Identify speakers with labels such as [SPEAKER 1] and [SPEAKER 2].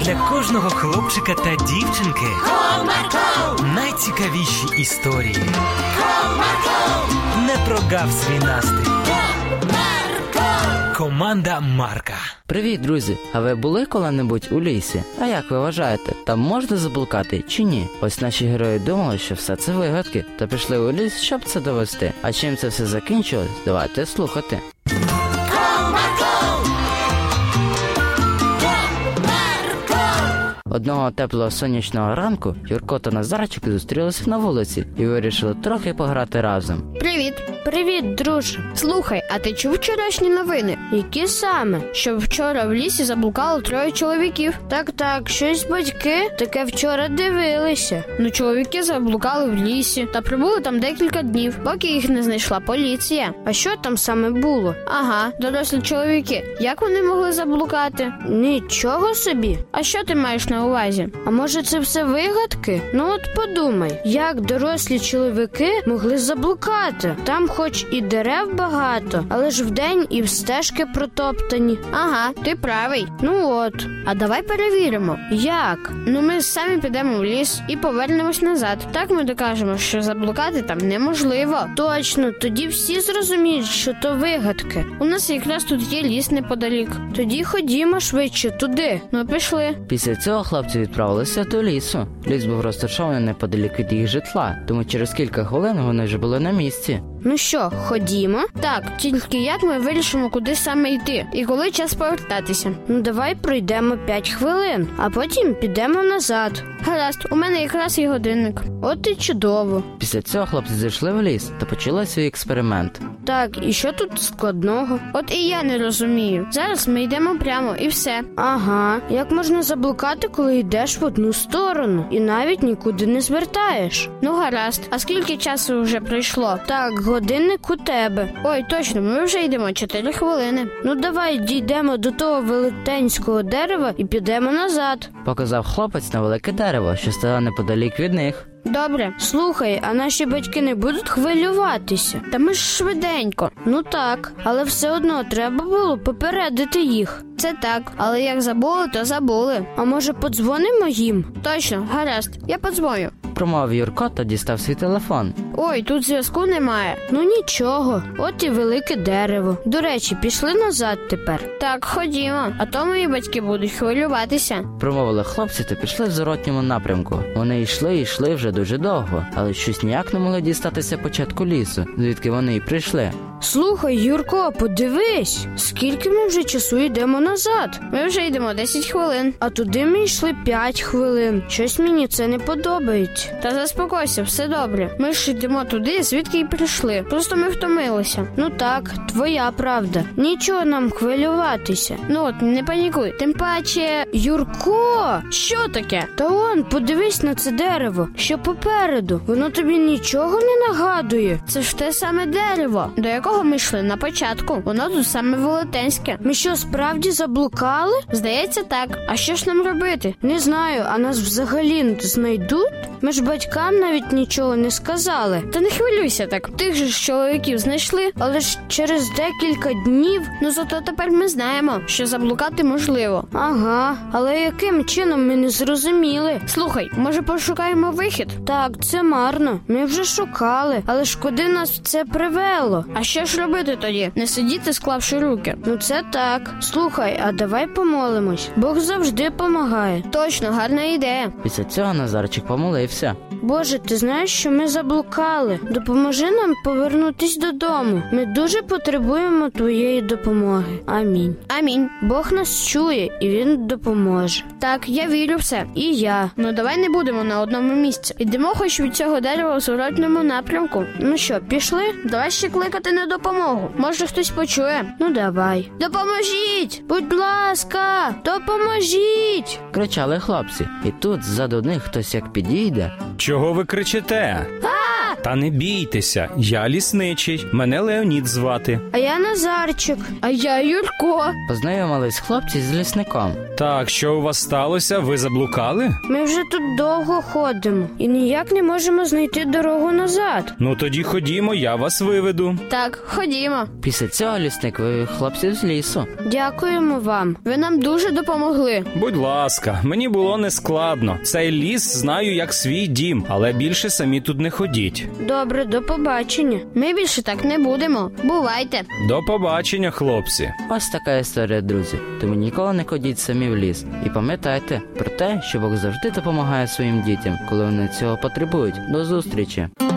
[SPEAKER 1] для кожного хлопчика та дівчинки
[SPEAKER 2] Comarco,
[SPEAKER 1] найцікавіші історії.
[SPEAKER 2] comarco,
[SPEAKER 1] Не прогав свій настрій.
[SPEAKER 2] comarco,
[SPEAKER 1] Команда Марка.
[SPEAKER 3] Привіт, друзі! А ви були коли-небудь у лісі? А як ви вважаєте, там можна заблукати чи ні? Ось наші герої думали, що все це вигадки, та пішли у ліс, щоб це довести. А чим це все закінчилось, давайте слухати.
[SPEAKER 2] comarco,
[SPEAKER 3] Одного теплого сонячного ранку Юрко та Назарчик зустрілися на вулиці і вирішили трохи пограти разом.
[SPEAKER 4] Привіт, привіт, друже. Слухай, а ти чув вчорашні новини? Які саме? Що вчора в лісі заблукало троє чоловіків. Так, так, щось батьки таке вчора дивилися. Ну, чоловіки заблукали в лісі та прибули там декілька днів, поки їх не знайшла поліція. А що там саме було? Ага, дорослі чоловіки. Як вони могли заблукати? Нічого собі. А що ти маєш на увазі? А може, це все вигадки? Ну от подумай, як дорослі чоловіки могли заблукати. Там, хоч і дерев багато, але ж вдень і стежки протоптані. Ага, ти правий. Ну от. А давай перевіримо. Як? Ну ми самі підемо в ліс і повернемось назад. Так ми докажемо, що заблукати там неможливо. Точно, тоді всі зрозуміють, що то вигадки. У нас якраз тут є ліс неподалік. Тоді ходімо швидше туди. Ну пішли.
[SPEAKER 3] Після цього хлопці відправилися до лісу. Ліс був розташований неподалік від їх житла, тому через кілька хвилин вони вже були на місці.
[SPEAKER 4] Ну що, ходімо? Так, тільки як ми вирішимо, куди саме йти, і коли час повертатися. Ну давай пройдемо 5 хвилин, а потім підемо назад. Гаразд, у мене якраз і годинник. От і чудово.
[SPEAKER 3] Після цього хлопці зайшли в ліс та почали свій експеримент.
[SPEAKER 4] Так, і що тут складного? От і я не розумію. Зараз ми йдемо прямо і все. Ага, як можна заблукати, коли йдеш в одну сторону і навіть нікуди не звертаєш. Ну гаразд, а скільки часу вже пройшло? Так, годинник у тебе. Ой, точно, ми вже йдемо 4 хвилини. Ну давай дійдемо до того велетенського дерева і підемо назад.
[SPEAKER 3] Показав хлопець на велике дерево, що стояло неподалік від них.
[SPEAKER 4] Добре, слухай, а наші батьки не будуть хвилюватися. Та ми ж швиденько. Ну так, але все одно треба було попередити їх. Це так, але як забули, то забули. А може подзвонимо їм? Точно, гаразд, я подзвоню.
[SPEAKER 3] Промовив Юрко та дістав свій телефон.
[SPEAKER 4] Ой, тут зв'язку немає. Ну нічого, от і велике дерево. До речі, пішли назад тепер. Так, ходімо, а то мої батьки будуть хвилюватися.
[SPEAKER 3] Промовили хлопці та пішли в зворотньому напрямку. Вони йшли і йшли вже дуже довго, але щось ніяк не могли дістатися початку лісу, звідки вони і прийшли.
[SPEAKER 4] Слухай, Юрко, подивись, скільки ми вже часу йдемо назад. Ми вже йдемо 10 хвилин. А туди ми йшли 5 хвилин. Щось мені це не подобається. Та заспокойся, все добре. Ми ж йдемо туди, звідки й прийшли. Просто ми втомилися. Ну так, твоя правда. Нічого нам хвилюватися. Ну от не панікуй. Тим паче, Юрко, що таке? Та он, подивись на це дерево, що попереду. Воно тобі нічого не нагадує. Це ж те саме дерево, до якого ми йшли на початку. Воно тут саме велетенське. Ми що, справді заблукали? Здається, так. А що ж нам робити? Не знаю, а нас взагалі знайдуть? Ми ж батькам навіть нічого не сказали. Та не хвилюйся так. Тих же ж чоловіків знайшли, але ж через декілька днів. Ну зато тепер ми знаємо, що заблукати можливо. Ага, але яким чином ми не зрозуміли? Слухай, може пошукаємо вихід? Так, це марно. Ми вже шукали, але ж куди нас це привело? А що ж робити тоді? Не сидіти, склавши руки. Ну це так. Слухай, а давай помолимось. Бог завжди помагає. Точно, гарна ідея.
[SPEAKER 3] Після цього Назарчик помолився.
[SPEAKER 4] Боже, ти знаєш, що ми заблукали. Допоможи нам повернутись додому. Ми дуже потребуємо твоєї допомоги. Амінь. Амінь. Бог нас чує і він допоможе. Так, я вірю в це. І я. Ну давай не будемо на одному місці. Йдемо хоч від цього дерева у зворотному напрямку. Ну що, пішли? Давай ще кликати на допомогу. Може, хтось почує. Ну давай. Допоможіть! Будь ласка, допоможіть!
[SPEAKER 3] Кричали хлопці, і тут ззаду них хтось як підійде.
[SPEAKER 5] Чого ви кричите? Та не бійтеся, я лісничий, мене Леонід звати.
[SPEAKER 4] А я Назарчик, а я Юрко.
[SPEAKER 3] Познайомились хлопці з лісником.
[SPEAKER 5] Так, що у вас сталося? Ви заблукали?
[SPEAKER 4] Ми вже тут довго ходимо і ніяк не можемо знайти дорогу назад.
[SPEAKER 5] Ну тоді ходімо, я вас виведу.
[SPEAKER 4] Так, ходімо.
[SPEAKER 3] Після цього лісник вивів хлопців з лісу.
[SPEAKER 4] Дякуємо вам. Ви нам дуже допомогли.
[SPEAKER 5] Будь ласка, мені було нескладно. Цей ліс знаю як свій дім, але більше самі тут не ходіть.
[SPEAKER 4] Добре, до побачення. Ми більше так не будемо. Бувайте.
[SPEAKER 5] До побачення, хлопці.
[SPEAKER 3] Ось така історія, друзі. Тому ніколи не ходіть самі в ліс. І пам'ятайте про те, що Бог завжди допомагає своїм дітям, коли вони цього потребують. До зустрічі!